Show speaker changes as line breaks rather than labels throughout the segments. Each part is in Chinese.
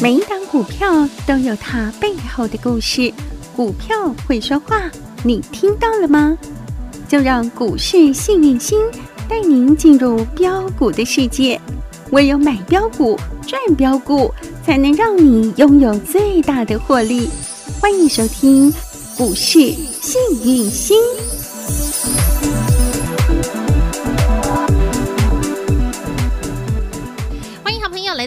每一档股票都有它背后的故事，股票会说话，你听到了吗？就让股市幸运星带您进入标股的世界，唯有买标股、赚标股，才能让你拥有最大的获利。欢迎收听股市幸运星。
欢迎好朋友来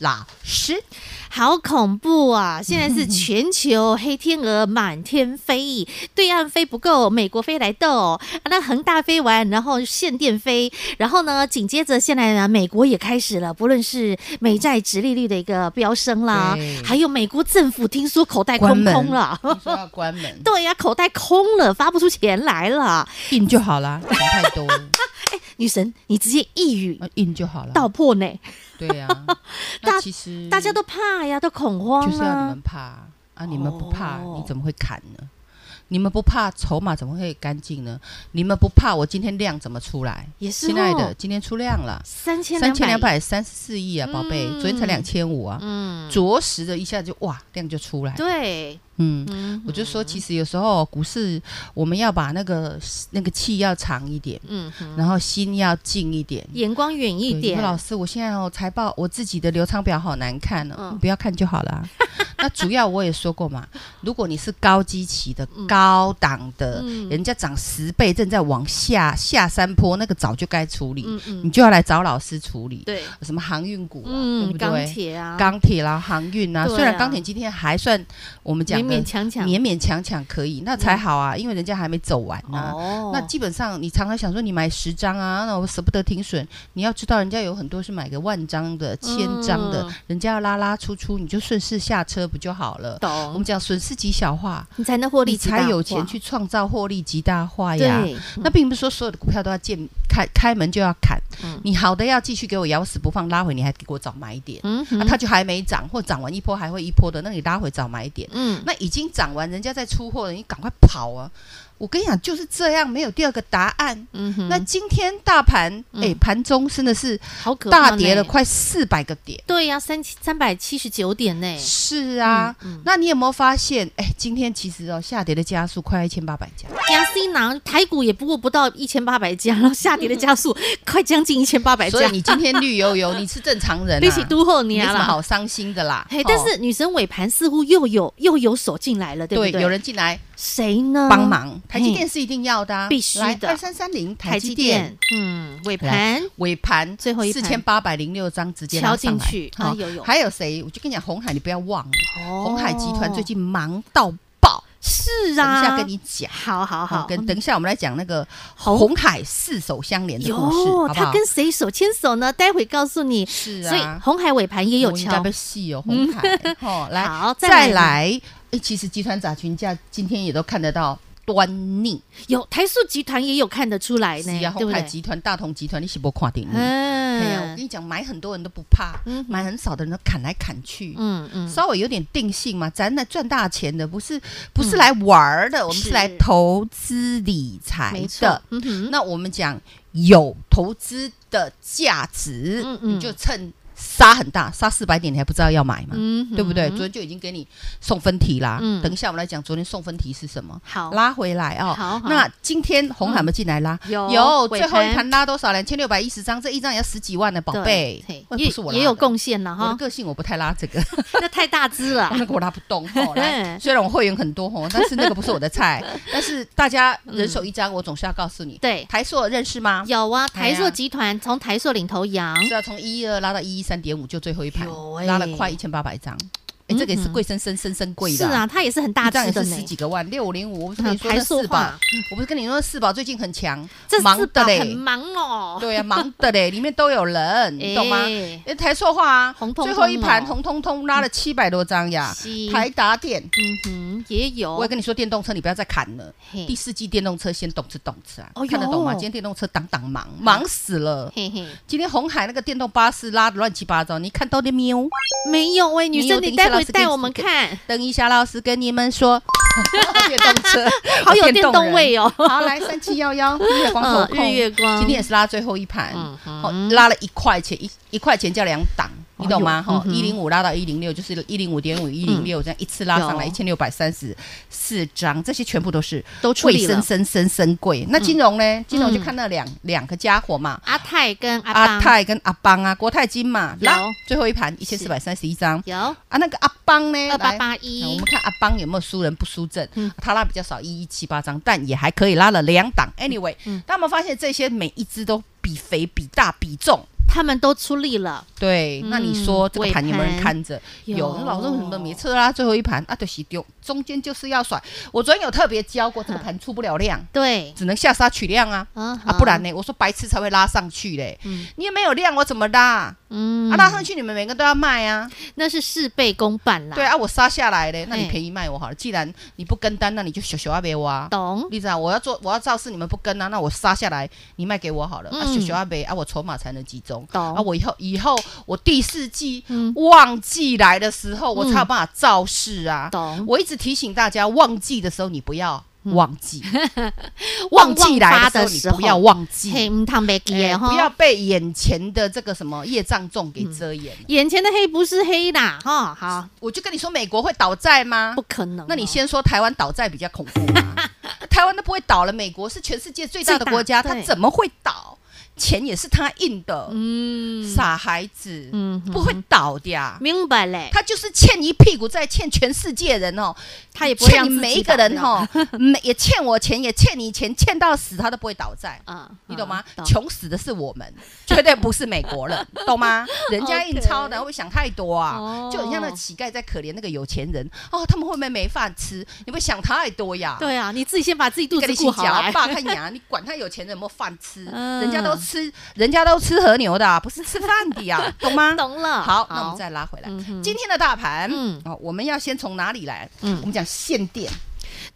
老师。
好恐怖啊！现在是全球黑天鹅满天飞，对岸飞不够，美国飞来斗、啊那恒大飞完，然后限电飞，啊然后呢，紧接着现在呢，美国也开始了，不论是美债直利率的一个飙升啦
对，
还有美国政府听说口袋空
关
空
门
了。
你说要关 门
对呀、口袋空了，发不出钱来了。
印就好啦，想太多，
女神，你直接一语
呃印就好了。
道破呢，
对呀、那其实
大家都怕呀，都恐慌
就是要你
啊
们。怕啊，你们不怕、
哦
你怎么会砍呢？你们不怕筹码怎么会干净呢？你们不怕我今天量怎么出来？
也是、哦，
亲爱的，今天出量了。
三千
三千两
百，
百三十四亿啊，宝贝，
嗯
昨天才两千五啊，
嗯，
着实的一下就哇量就出来，
对，
嗯。
嗯，
我就说，其实有时候股市，我们要把那个那个气要长一点，
嗯哼，
然后心要静一点。
眼光远一
对
点
你说，老师，我现在哦财报我自己的流仓表好难看哦，
嗯
你不要看就好 啦。那主要我也说过嘛，如果你是高基期的、高档的，
嗯
人家涨十倍正在往下下山坡，那个早就该处理，
嗯
你
嗯，
就要来找老师处理。
对，
什么航运股、啊，对
嗯，
不
钢
对？
铁啊，
钢铁啦、航运啊，
对啊
虽然钢铁今天还算我们讲
勉
的
勉强强，嗯
勉勉强强可以，那才好啊，因为人家还没走完呢、
哦，
啊那基本上，你常常想说你买十张啊，那我舍不得停损。你要知道，人家有很多是买个万张的、千张的，
嗯
人家要拉拉出出，你就顺势下车不就好了？我
懂
们，讲损失极小化，
你才能获利
你
极大化，
才有钱去创造获利极大化呀。
对，
那并不是说所有的股票都要见开开门就要砍，
嗯
你好的要继续给我咬死不放，拉回你还给我找买点，
嗯
啊，
哼，
它就还没涨或涨完一波还会一波的，那你拉回找买点。
嗯，
那已经涨完，人家在出货了，你赶快跑啊！我跟你讲，就是这样，没有第二个答案。
嗯哼，
那今天大盘，
嗯
哎、盘中真的是
好可怕
大跌了
呢，
快四百个点。
对呀，三三百七十九点呢，
是啊，
嗯，
那你有没有发现？哎、今天其实哦，下跌的加速快一千八百家。
加 C 囊台股也不过不到一千八百 家，然后下跌的加速快将近一千八百
所以
家，
你今天绿 油油，你是正常人、啊，
比起都后
你没
年
什么
了。
好伤心的啦。
嘿
哦，
但是女神尾盘似乎又有又有手进来了，对不
对
对？
有人进来
谁呢？
帮忙，台积电是一定要的、啊，
必须的
二三三零，台
台
积
积
电
电，嗯，尾
来
盘
尾盘
最后一
四
盘
千八百零六张直接
敲
拉上
进
来
去，
好
啊，有有，
还有谁？我就跟你讲，红海你不要忘了，
红
红海集团最近忙到爆，
哦是
等
啊，
一下跟你讲。
好好好，嗯
跟等一下我们来讲那个
红
红海四手相连的故事，
有
好不
他
好？
跟谁手牵手呢？待会告诉你。
是
所以
啊，
红海尾盘也有
我应该
敲
被，戏哦，红海。 哦，来
好，
再
呢
来，哎，其实集团涨群价今天也都看得到端倪，
有台塑集团也有看得出来
是
呢
啊，，
对
红
不
海
对？
集团、大同集团，你是不看定？哎呀，我跟
嗯
你讲，买很多人都不怕，
嗯
买很少的人都砍来砍去，
嗯嗯，
稍微有点定性嘛，咱来赚大钱的，不是不
嗯
是来玩儿的，我们是来投资理财
没错
的。，
嗯哼，
那我们讲有投资的价值，
嗯嗯
你就趁杀很大，杀四百点，你还不知道要买吗？
嗯哼
对不对？昨天就已经给你送分题啦。
嗯
等一下我们来讲昨天送分题是什么，
好，
拉回来哦。
好好
那今天红海有没有进来拉？
有
有，
尾
最后一
盘
盘拉多少？两千六百一十张，这一张也要十几万呢，宝贝
对。嘿
喂不是我
也
拉
也有
的
贡献了
我的
哈，
个性我不太拉这个。
那太大只了
啊，那个我拉不 动吼，来，虽然我会员很多吼，但是那个不是我的菜。但是大家人手一张，我总是要告诉你。
对，
台硕认识吗？
嗯有啊，
哎
台
呀啊
塑集团从台塑领头羊，
是要从一二拉到一一三点五，就最后一盘
有欸嗯
拉了快一千八百张，哎，这个也是贵生生生生贵
是
的。
啊，它也是很大
一张
只
也
的
是
呢
十。几个万，六五零五，我不是
嗯
跟你说
台
那
塑
四宝
化，
我不是跟你说四宝最近很强，
这
忙
四
的
宝
嘞
很忙哦，
对呀、啊忙的嘞，里面都有人，你懂吗？
哎
哎，台塑化啊，
红彤
最
彤
后一盘
哦
红彤彤拉了七百多张呀
是。
啊台达电，
嗯哼，也有。
我也跟你说，电动车你不要再砍了。
嘿
第四季电动车先动次动次啊
哦，
看得懂吗？
哟
今天电动车挡挡忙，忙死了。
嘿嘿，
今天红海那个电动巴士拉的乱七八糟，你看到的没有？
没有喂，女
你
生
有
你
等一
待
下老
会
师
带
给
我
你
们
给
看，
等一下，老师跟你 们说，电动车
好有电动
人
味哦。
好，来三七幺 幺日月光投控，
嗯日月光
今天也是拉最后一盘，
嗯
好拉了一块钱，一一块钱叫两档，你懂吗？
哎呦嗯
哈，
哼嗯
一零五拉到一零六，就是一零五点五一零六，这样一次拉上来
有
一千六百三十四张，这些全部都是
都处理
贵
了
生生生生贵。那金融呢？金融就看那两两个家伙嘛。
阿泰跟阿
阿
邦
泰跟阿邦啊，国泰金嘛，
有
拉最后一盘一千四百三十一张
有
啊，那个阿邦呢？
二八
来
八
那我
一
们，看阿邦有没有输人不输阵啊
嗯，
他拉比较少，一一七八张，但也还可以拉了两档。Anyway，
嗯
大家有没有发现这些每一只都比肥、比大、比重？
他们都出力了。
对，
嗯
那你说这个盘有没有人看着？
尾盘
有，
有
那老郑什么每次拉最后一盘啊，对，洗丢，中间就是要甩。我昨天有特别教过，这
嗯
个盘出不了量，
对，
只能下杀取量啊。
嗯
啊，不然呢？我说白痴才会拉上去嘞
嗯，
你也没有量，我怎么拉？
嗯
啊，拉上去你们每个都要卖啊。
那是事倍功半啦。
对，啊，我杀下来嘞，那你
哎
便宜卖我好了。既然你不跟单，那你就小小啊别挖。
懂。
例子啊，我要做，我要造势，你们不跟啊，那我杀下来，你卖给我好了，啊，
嗯
小小阿北啊，我筹码才能集中，
懂
啊，我以后以后我第四季
嗯
旺季来的时候，我才有办法造势啊。
懂
我一直提醒大家，旺季的时候你不要
嗯
忘 记，
旺旺
旺季来
发
的
的
时
时
候
候
你不要忘
嘿，
记，
唔烫白鸡
哎
哈，
不要被眼前的这个什么业障重给遮掩。
眼前的黑不是黑啦，哈，好，
我就跟你说，美国会倒债吗
不？可能哦。
啊那你先说台湾倒债比较恐怖吗？ 台湾都不会倒了，美国是全世界最大的国家，
最大
它
对
怎么会倒？钱也是他印的，
嗯
傻孩子，
嗯
不会倒的呀、
明白嘞，
他就是欠一屁股债，欠全世界人哦，
他也不会
欠
让
你
自己
每一个人 哦，每也欠我钱，也欠你钱，欠到死他都不会倒债。
啊，
你懂吗？
懂
穷死的是我们，绝对不是美国人，懂吗？人家印钞的
OK
会不会想太多啊
哦
就很像那乞丐在可怜那个有钱人哦，他们会不会没饭吃？你会想太多呀？
对啊，你自己先把自己肚
跟
子
你
顾
洗
好
脚
来。
爸看牙，你管他有钱人有没有饭吃，
嗯
人家都吃，人家都吃和牛的啊、不是吃饭的呀、懂吗？
懂了。
好，那我们再拉回来。
嗯哼
今天的大盘，
嗯
哦，我们要先从哪里来？
嗯
我们讲限电，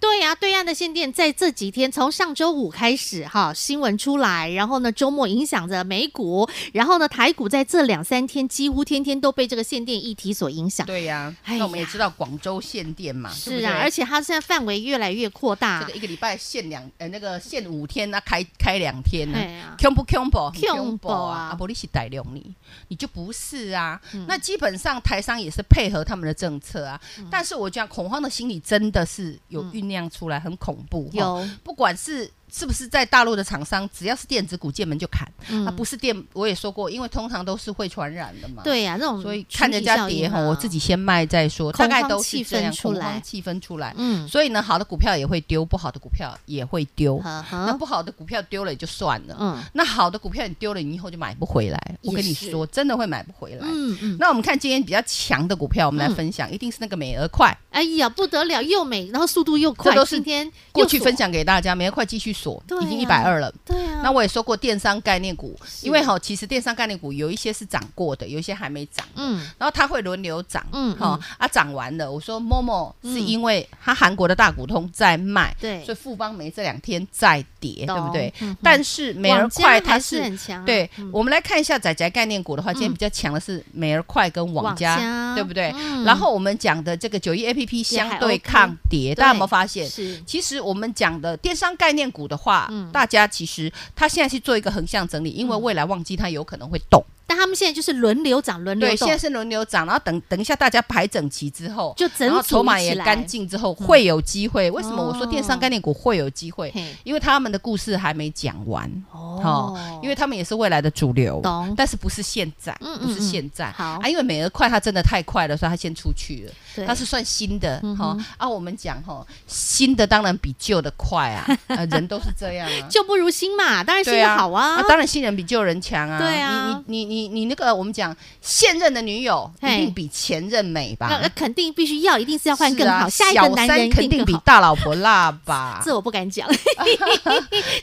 对呀、对岸的限电在这几天，从上周五开始哈，新闻出来，然后呢，周末影响着美股，然后呢，台股在这两三天几乎天天都被这个限电议题所影响。
对呀、
哎呀
那我们也知道广州限电嘛，对不
是
对啊
啊，而且它现在范围越来越扩大
这个。一个礼拜限两，呃，那个限五天那开开两天啊呢、
哎呀
c o m b o c o m b o
恐怖啊
啊，不，你是逮量你，你就不是啊。
嗯
那基本上台商也是配合他们的政策啊，
嗯
但是我讲恐慌的心理真的是有酝酿出来，很恐怖。哦，
嗯有，
不管是是不是在大陆的厂商，只要是电子股见门就砍，
嗯
啊，不是电，我也说过，因为通常都是会传染的嘛。。
对呀、那种
所以
群
嗯看
体
人家
效
跌
应
哈，
啊
我自己先卖再说，大
恐
概
慌
都是
气
这样
氛，出
恐慌
来
气氛出来。
嗯，
所以呢，好的股票也会丢，不好的股票也会丢。
呵
嗯那
呵，
不好的股票丢了也就算了，
嗯
那好的股票你丢了，你以后就买不回来。我跟你说，真的会买不回来。
嗯嗯，
那我们看今天比较强的股票，我们来分享，一定是那个美而快。
哎呀，不得了，又美，然后速度又快，
这都是
今天又
过去
锁
分，享给大家，美而快继续锁，
对
已经一百
呀
二了。
对啊，
那我也说过电商概念股，因为哈，其实电商概念股有一些是涨过的，有一些还没涨。
嗯
然后它会轮流涨，
嗯
哈、啊，涨完了，我说 Momo 是因为它韩国的大股东在卖，
对
所以富邦没这两天在跌，
懂
对不对？
嗯哼
但是美而
网家
快
还
它
是
是。
很强啊，
对、
嗯
我们来看一下仔仔概念股的话，今天比较强的是美而快跟网家，
网家
对不对、
嗯
然后我们讲的这个九一 A P P 相
也还
对
OK
抗跌，大家有没有发现？
是
其实我们讲的电商概念股的话，
嗯
大家其实它现在是做一个横向整理，因为未来旺季它有可能会动。
但他们现在就是轮流涨，轮流
对，
动
现在，是轮流涨，然后等等一下大家排整齐之后，
就整
然后
组
筹码
一起
也
来嗯
干净之后，会有机会。为什么我说电商
哦
概念股会有机会？
嘿
因为他们的故事还没讲完，
哦，
因为他们也是未来的主流，
懂
但是不是现在，
嗯
不是
嗯嗯
现在。
好
啊，因为美而快它真的太快了，所以它先出去了。
对
它是算新的
嗯
哈、
哼
啊，我们讲哈，新的当然比旧的快 啊，呃，人都是这样啊。
旧不如新嘛，当然新的好啊，
当然新人比旧人强啊。
对啊
你你你你你那个我们讲现任的女友一
嘿
定比前任美吧？
那肯定必须要，一定是要换更好，
是啊
下一个
小
男
三
人
肯
一定
定比
更好。
大老婆辣 吧？
这我不敢 讲。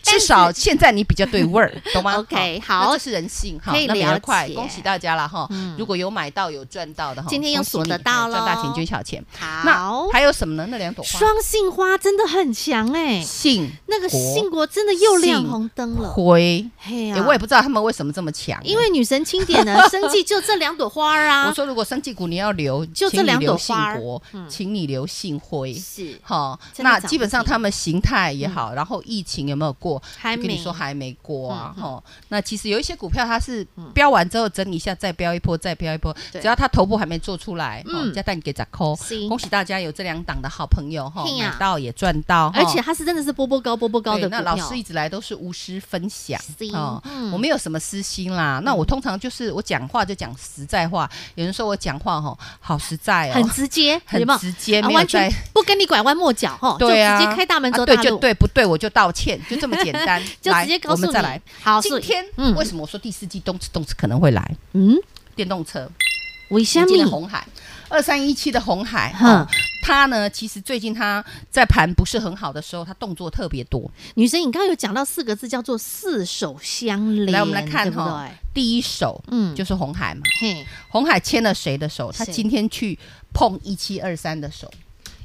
至少现在你比较对味儿，懂吗
OK，
那
好
这是人性，好
可以
那比较
了
快，
解
恭喜大家了哈！
嗯
如果有买到有赚到的哈，
今天又
恭喜
锁
你
得到
赚大
喽
钱捐小钱。
好
那，还有什么呢？那两朵花，
双杏花真的很强哎、
杏
那个
国
杏果真的又亮
杏
红灯了。
灰，
嘿嗯呀、
哎我也不知道他们为什么这么强，
因为女神钦点呢， 生计就这两朵花儿
哎我
啊。
说如果生技股你要留，
就这
请你
两朵
留
花
杏
儿
国
嗯，
请你留杏灰。
是
好，
真的
那
长
基本
不嗯
上
平
他们形态也好，然后疫情有没有过？
还
我跟
没
你说还没过啊，
嗯嗯嗯
吼、那其实有一些股票它是标完之后整理一下，再标一波，再标一波，
对
只要它头部还没做出来，
嗯
嗯，再带你给砸扣
是。
恭喜大家有这两档的好朋友哈，
嘿呀
买到也赚到，
而且
吼
它是真的是波波高波波高的
哦对
股
那
票。
老师一直来都是无私分享
是嗯
我没有什么私心啦。那我通常就是我讲话就讲实在话，有人说我讲话吼好实在
很
哦，
直接，有
很
没有
直接，
啊
没有
完
在
全不跟你拐弯抹角哈，
对啊
就直接开大门
啊
走大
对
路，。
就对，不对我就道歉，就这么简单
就直接
来
告
我
诉
们
你。
再来。
好，
今
所以
天、
嗯
为什么我说第四季动次动次可能会来
嗯，
电动车？
为什
今天的
么？
红海二三一七的红海，
哼
哈、它呢其实最近它在盘不是很好的时候，它动作特别多。
女生，你刚刚有讲到四个字叫做四手相连，
来我们来看
对不
哈
对？
第一手
嗯，
就是红海嘛，
嘿，
红海牵了谁的手？他
谁
今天去碰一七二三的手，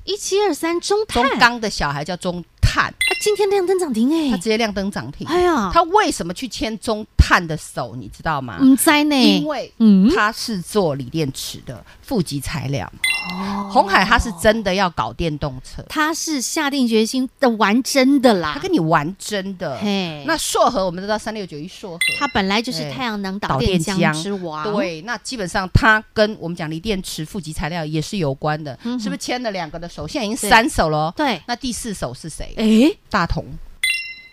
一七二三中
中
碳，啊，
钢的小孩叫中探，
今天亮灯涨停
他
哎
直，接亮灯涨停。
哎呀，
他为什么去牵中探的手？你知道吗？
唔知呢，
因为
嗯
它是做锂电池的负极材料。
哦
红海它是真的要搞电动车，
他是下定决心的玩真的啦
它，跟你玩真的。
啊嘿，
那硕和我们都知道三六九一硕和，
他本来就是
哎
太阳能导
导
电
电
浆
浆
之王，，
对，那基本上它跟我们讲锂电池负极材料也是有关的，
嗯哼
是不是牵了两个的手？现在已
对
经三手了哦。
对，
那第四手是谁？
哎，
大同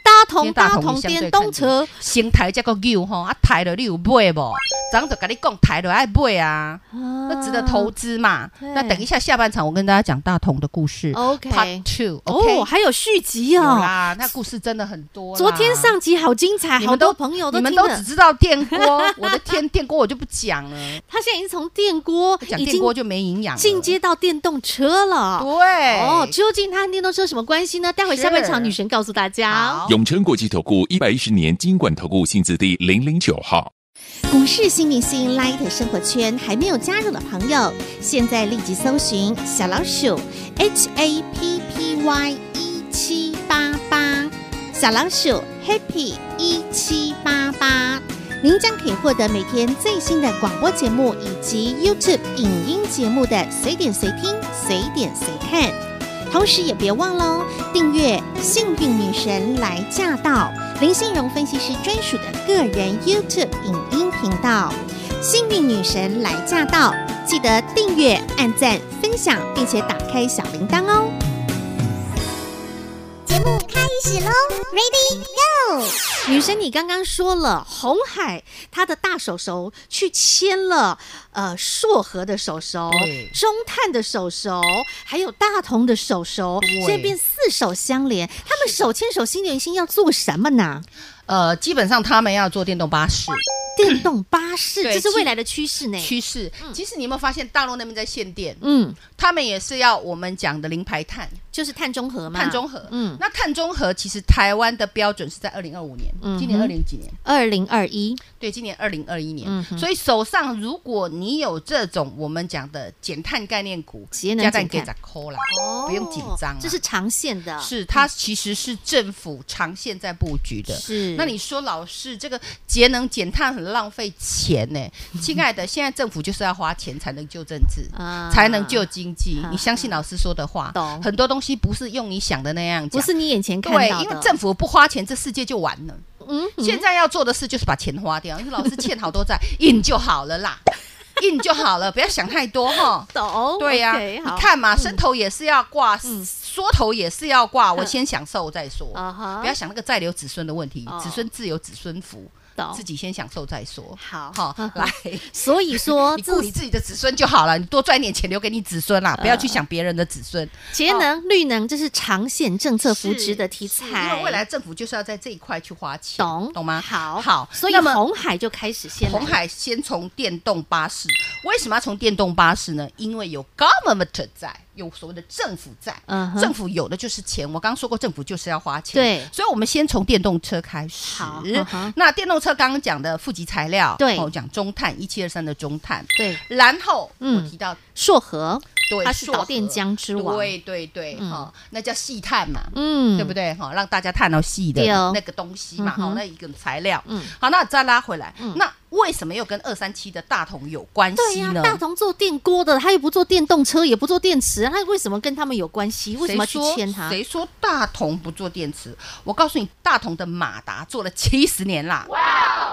大
今
同
天大
大
同
同
相对
电
看
动
见
车，
先抬这个牛吼，啊抬了你有买不？长就跟你讲抬了爱买啊，
那
那值得
啊
投资嘛。
嗯对
那等一下下半场我跟大家讲大同的故事。
OK
Part。Two，
哦，还有续集
有
哦！
啦，那故事真的很多啦。
昨天上集好精彩，
你
好
们
多
都
朋友都
你们
听
都
了
只知道电 锅，我的天，电锅我就不讲了，
他现在已经从电锅
讲
已
电
经
锅就没营养了。
进阶到电动车了。
对
哦，究竟它和电动车有什么关系呢？待会下半场
是
女神告诉大家。哦
好
永诚国际投顾一百一十年金管投顾性质第零零九号。
股市新明星 Light 生活圈还没有加入的朋友，现在立即搜寻小老鼠 HAPPY 一七八八，小老鼠 Happy 一七八八，您将可以获得每天最新的广播节目以及 YouTube 影音节目的随点随听、随点随看。同时也别忘哦喽，订阅《幸运女神来驾到》。林信荣分析师专属的个人 YouTube 影音频道《幸运女神来驾到》，记得订阅、按赞、分享，并且打开小铃铛哦。节目开始喽，Ready Go！
女神，你刚刚说了，红海他的大手手去牵了呃硕和的手手
对、
中碳的手手，还有大同的手手，
对
现在变四手相连。他们手牵手心连心要做什么 呢？
呃，基本上他们要做电动巴士
电动巴士，
对
这是
其
未来的趋势呢。
趋势。其实你有没有发现大陆那边在限电，
嗯，
他们也是要我们讲的零排碳、
就是碳中和嘛。
碳中和。
嗯，
那碳中和其实台湾的标准是在二零二五年
嗯哼，
今年二零几年？
二零二一，
对，今年二零二一年，
嗯哼
所以手上如果你有这种我们讲的减碳概念股，
节能
加
减
蛋给
碳
咱抠啦，
哦
不用紧张啊
这是嗯长线的，
是它其实是政府长线在布局的。
是。
那你说老师，这个节能减碳很浪费 钱呢、亲爱的，现在政府就是要花钱才能救政治。
啊
才能救经济，
啊
你相信老师说的话
懂，
很多东西不是用你想的那样
不
讲，
是你眼前看
对
到的，，
因为政府不花钱，这世界就完了。
嗯哼
现在要做的事就是把钱花掉，因为老师欠好多债， 印就好 了啦，印就好了，不要想太多哈。
懂
对呀、
哦 OK，好
你看嘛，伸头也是要挂，
嗯
缩头也是要挂，
嗯
我先享受再说，
啊哈
不要想那个再留子孙的问题
哦，
子孙自有子孙福。
懂
自己先享受再说。
好
好， 来，
所以说
你顾
这
你自己的子孙就好了，你多赚点钱留给你子孙
呃
啦，不要去想别人的子孙。
节能、绿能，这是长线政策扶
是
持的题
是
材。
因为未来政府就是要在这一块去花钱，
懂
懂吗？
好，
好，
所以
那么
红海就开始先来
红海先从电动巴士，为什么要从电动巴士呢？因为有 government 在，有所谓的政府在。
嗯哼
政府有的就是钱，我刚刚说过，政府就是要花钱。
对
所以我们先从电动车开始。
好嗯哼
那电动车刚刚讲的负极材料，
对
哦，讲中碳一七二三的中碳，
对
然后我
嗯
提到
硕和，
对，
它是
硕和
导电浆之王，
对对对，
嗯
哈，那叫细碳嘛，
嗯，
对不对？哈，让大家看到细的
对哦
那个东西嘛，
嗯
好
哼，
那一个材料。
嗯
好，那再拉回来
嗯，
那为什么又跟二三七的大同有关
对
系
呀、
呢？
大同做电锅的，他又不做电动车，也不做电池，他为什么跟他们有关系？为什么要去
谁说
签他？
谁说大同不做电池？我告诉你，大同的马达做了七十年啦，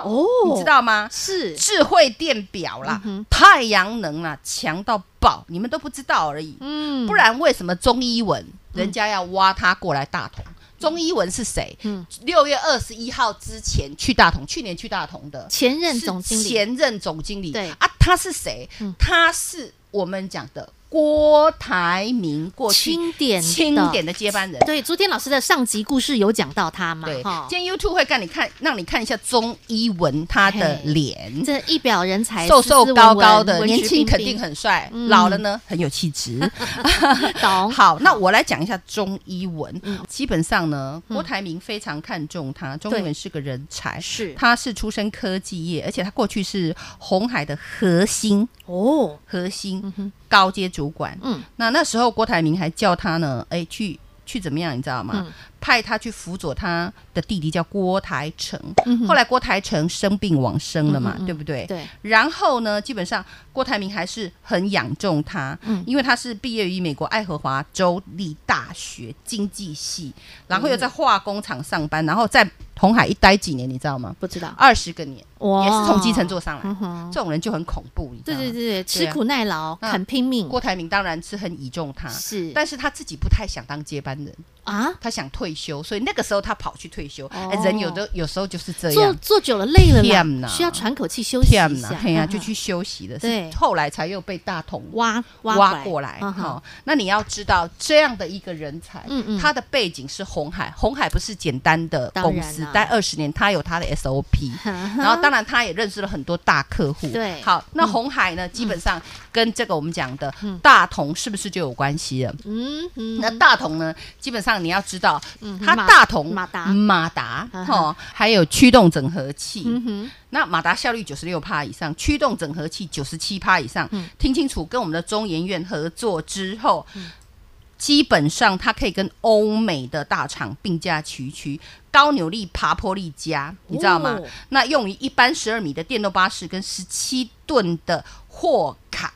哦，
你知道吗？
是嗯
智慧电表啦，太阳能啦，强到爆，你们都不知道而已。
嗯
不然为什么中医文人家要挖他过来大同？中医文是谁
嗯？
六月二十一号之前去大同，去年去大同的
前任总经
是
理
前任总经理，
对嗯
啊，他是谁？他是我们讲的郭台铭过去
清点的
清点的接班人。
对，昨天老师的上集故事有讲到他嘛？
对
哈，
今天 YouTube 会让你看，让你看一下中医文他的
嘿
脸，
这一表人才，
瘦
斯斯
瘦
文
高
文
高的，
文
年
质
轻
彬
肯
彬
定很帅，
嗯
老了呢很有气质。
懂。嗯
好，那我来讲一下中医文。基本上呢，郭台铭非常看重他，中医文是个人才，
是
他是出身科技业，而且他过去是红海的核心
哦，
核心、高阶主管。
嗯，
那那时候郭台铭还叫他呢，哎，去去怎么样，你知道吗？
嗯
派他去辅佐他的弟弟叫郭台成。
嗯
后来郭台成生病往生了嘛，对不对？
对，
然后呢，基本上郭台铭还是很仰重他，
嗯
因为他是毕业于美国爱荷华州立大学经济系，然后又在化工厂上班，然后在红海一待几年，你知道吗？
不知道
二十个年，
哇
也是从基层做上来，
嗯哼
这种人就很恐怖，你知
对
道吗？
对对对，
对
吃
啊
苦耐劳，
那
很拼命，
郭台铭当然是很倚重他，
是
但是他自己不太想当接班人，
啊，
他想退休，所以那个时候他跑去退
哦
休。哎人有的有时候就是这
做
样。
做久了累了
天
啦，
哪
需要喘口气休息
天
一下
呐，，嘿呀、
嗯
就去休息了。
对
是后来才又被大同
挖
挖过来。
嗯哼
好，那你要知道这样的一个人才
嗯嗯，
他的背景是红海，红海不是简单的
当
公
然
司
啦，嗯
待二十年，他有他的 SOP，然后当然他也认识了很多大客户。
对嗯
好，那红海呢，基本上跟这个我们讲的大同是不是就有关系了？
嗯嗯，
那大同呢？基本上你要知道，它
马
大同
马达
马达
嗯
哈，还有驱动整合器，
嗯哼，
那马达效率九十六帕以上，驱动整合器九十七帕以上。听清楚，跟我们的中研院合作之后，基本上它可以跟欧美的大厂并驾齐驱，高扭力、爬坡力加，你知道吗？
哦
那用于一般十二米的电动巴士跟十七吨的货卡。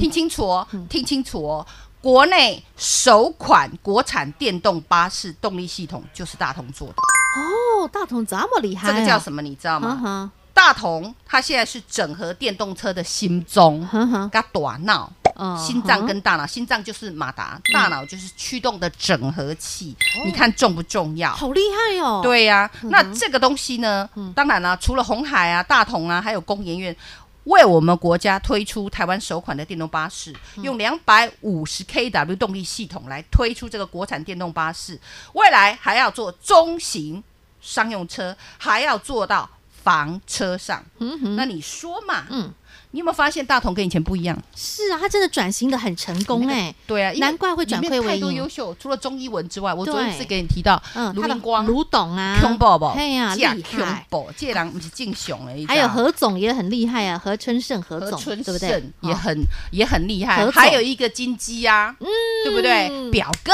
听清楚哦，听清楚哦。国内首款国产电动巴士动力系统就是大同做的，
哦，大同这么厉害
这
啊，
个叫什么？你知道吗
嗯？哼？
大同它现在是整合电动车的心中，
哼嗯哼
跟大脑、
嗯哼，
心脏跟大脑，心脏就是马达，大脑就是驱动的整合器。你看重不重要？
好厉害哦，，嗯
对呀、那这个东西呢，当然啦、除了红海啊、大同啊，还有工研院。为我们国家推出台湾首款的电动巴士，
嗯
用两百五十 kW 动力系统来推出这个国产电动巴士，未来还要做中型商用车，还要做到房车上。那你说嘛？
嗯
你有没有发现大同跟以前不一样？
是啊，他真的转型的很成功哎，
对啊，因为
难怪会转亏
里面
为
太多优
盈，
秀，除了中医文之外，我昨天
对
是给你提到，
嗯，
卢
他的
明光、
卢董啊，
恐怖不？
嘿呀，
这
厉
恐
害。
怖，这人不是敬雄而已。
还有何总也很厉害啊，何春盛何
何
总，
春
对
盛
不对？
也
哦
很也很厉害
何，总嗯
还有一个金鸡呀，对不对？表 哥，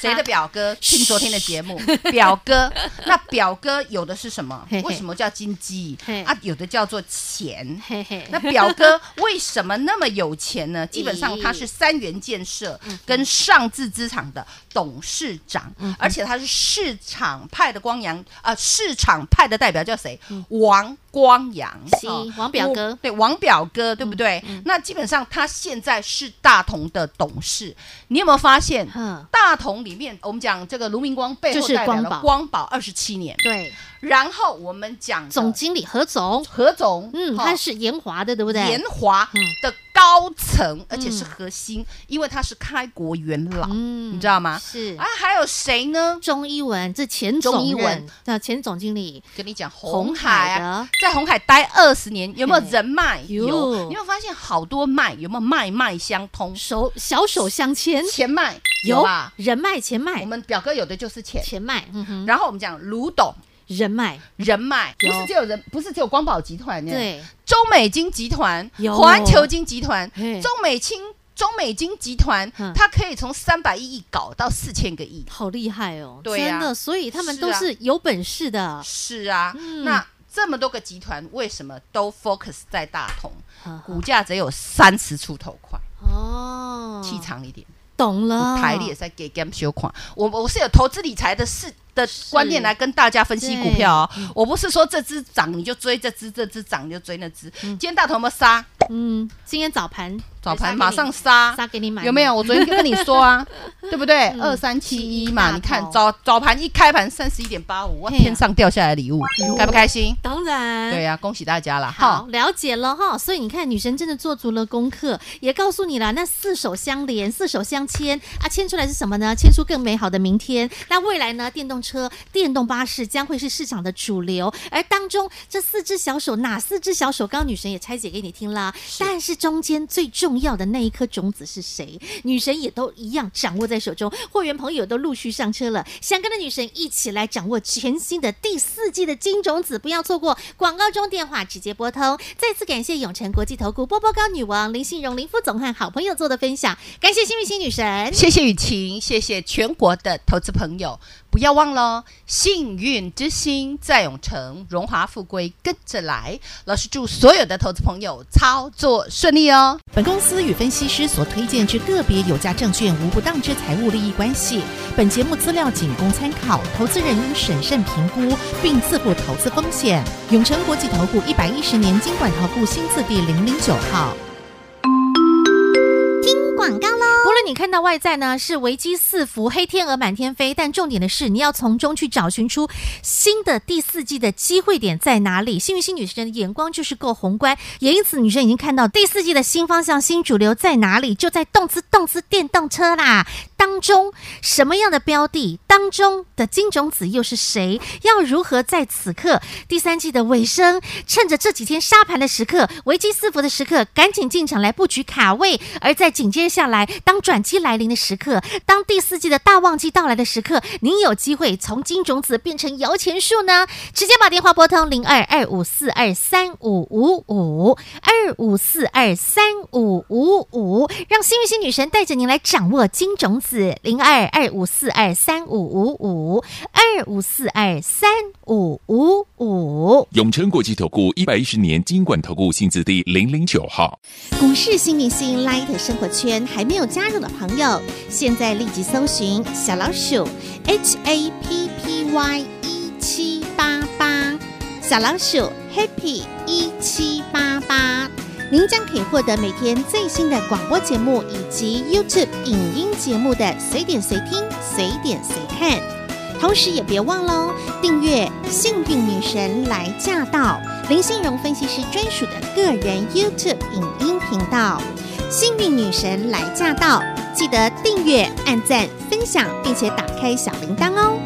谁的表哥？听昨天的节目，表哥。那表哥有的是什么
嘿？嘿
为什么叫金鸡
嘿
啊？有的叫做钱。
嘿嘿，
那表哥为什么那么有钱呢？基本上他是三元建设
嗯
跟上智资产的董事长，
嗯
而且他是市场派的光阳，呃，市场派的代表叫谁？王光阳，
嗯是
哦
王表哥
对王表哥，对不对？
嗯嗯
那基本上他现在是大同的董事，你有没有 发现？
嗯，
大同里面，我们讲这个卢明光背
就
后
是
代表
光宝
了光宝二十七年，
对，
然后我们讲的
总经理何总，
何总，
嗯，
哦
他是延华的，对不对？
延华
嗯
的高层，而且是核心，因为他是开国元老，
嗯
你知道吗？
是
啊，还有谁呢？
钟一文，这前
钟
总
一文
人，那前总经理
跟你讲，
红
红
海
海
啊
啊，在红海待二十年，有没有
嘿
人脉？
有
有，你有没有发现好多脉？有没有脉脉相通？
手小手相牵，
钱脉
有哎
吧？
人脉钱脉
我，们表哥有的就是钱，
钱脉，嗯哼，
然后我们讲卢董
人脉，
人脉，不
有
是只有人，不是只有光宝集团，，
对，
中美金集团
有、
环球金集团
嘿、
中美金。中美金集团
嗯，
它可以从三百亿搞到四千个亿，
好厉害哦，
对啊
真的，所以他们
是
都
啊
是有本事的，
是啊，
嗯
那这么多个集团为什么都 focus 在大同？
嗯
股价只有三十出头块，
哦，
气长一点，
懂了，
台里也在给 game 修款。我我是有投资理财的事的观念来跟大家分析股票哦，
嗯
我不是说这只涨你就追这只，这只涨你就追那只。今天大同有没有杀？
嗯，今天早盘杀
早
给
盘
你
马上杀，
杀给你买，
有没有？？我昨天跟你 说啊，对不对？
嗯
二三七一
大
嘛，
头
你看早早盘一开盘三十一点八五，哇，
嘿呀
天上掉下来的礼物，开不开心？
当然，
对呀、啊恭喜大家啦！
好
哈，，
了解了哈，所以你看，女神真的做足了功课，也告诉你了，那四手相连，四手相牵啊，牵出来是什么呢？牵出更美好的明天。那未来呢？电动车、电动巴士将会是市场的主流，而当中这四只小手，哪四只小手？刚刚女神也拆解给你听啦，但是中间最重要的那一颗种子是谁？女神也都一样掌握在手中，会员朋友都陆续上车了，想跟着女神一起来掌握全新的第四季的金种子，不要错过。广告中电话直接拨通。再次感谢永诚国际投顾波波高女王林信荣林副总和好朋友做的分享，感谢幸运星女神。
谢谢雨晴，谢谢全国的投资朋友，不要忘了哦，幸运之星在永城，荣华富贵跟着来。老师祝所有的投资朋友操作顺利哦。
本公司与分析师所推荐之个别有价证券无不当之财务利益关系。本节目资料仅供参考，投资人应审慎评估并自负投资风险。永诚国际投顾一百一十年经管投顾新字第零零九号。
广告喽。
不论你看到外在呢是危机四伏、黑天鹅满天飞，但重点的是你要从中去找寻出新的第四季的机会点在哪里。幸运星女神的眼光就是够宏观，也因此女神已经看到第四季的新方向、新主流在哪里，就在动次动次电动车啦。当中什么样的标的，当中的金种子又是谁？要如何在此刻第三季的尾声，趁着这几天沙盘的时刻、危机四伏的时刻，赶紧进场来布局卡位？而在紧接下来，当转机来临的时刻，当第四季的大旺季到来的时刻，您有机会从金种子变成摇钱树呢？直接把电话拨通零二二五四二三五五五二五四二三五五五，让幸运星女神带着您来掌握金种子零二二五四二三五五五二五四二三五五五。
永诚国际投顾一百一十年金管投顾新字第零零九号，
股市新明星 Light 生活圈还没有加入的朋友，现在立即搜寻小老鼠 HAPPY 一 E 七八八，小老鼠 Happy 一七八八，您将可以获得每天最新的广播节目以及 YouTube 影音节目的随点随听、随点随看。同时也别忘喽，订阅《幸运女神来驾到》林信荣分析师专属的个人 YouTube 影音频道《幸运女神来驾到》，记得订阅、按赞、分享，并且打开小铃铛哦。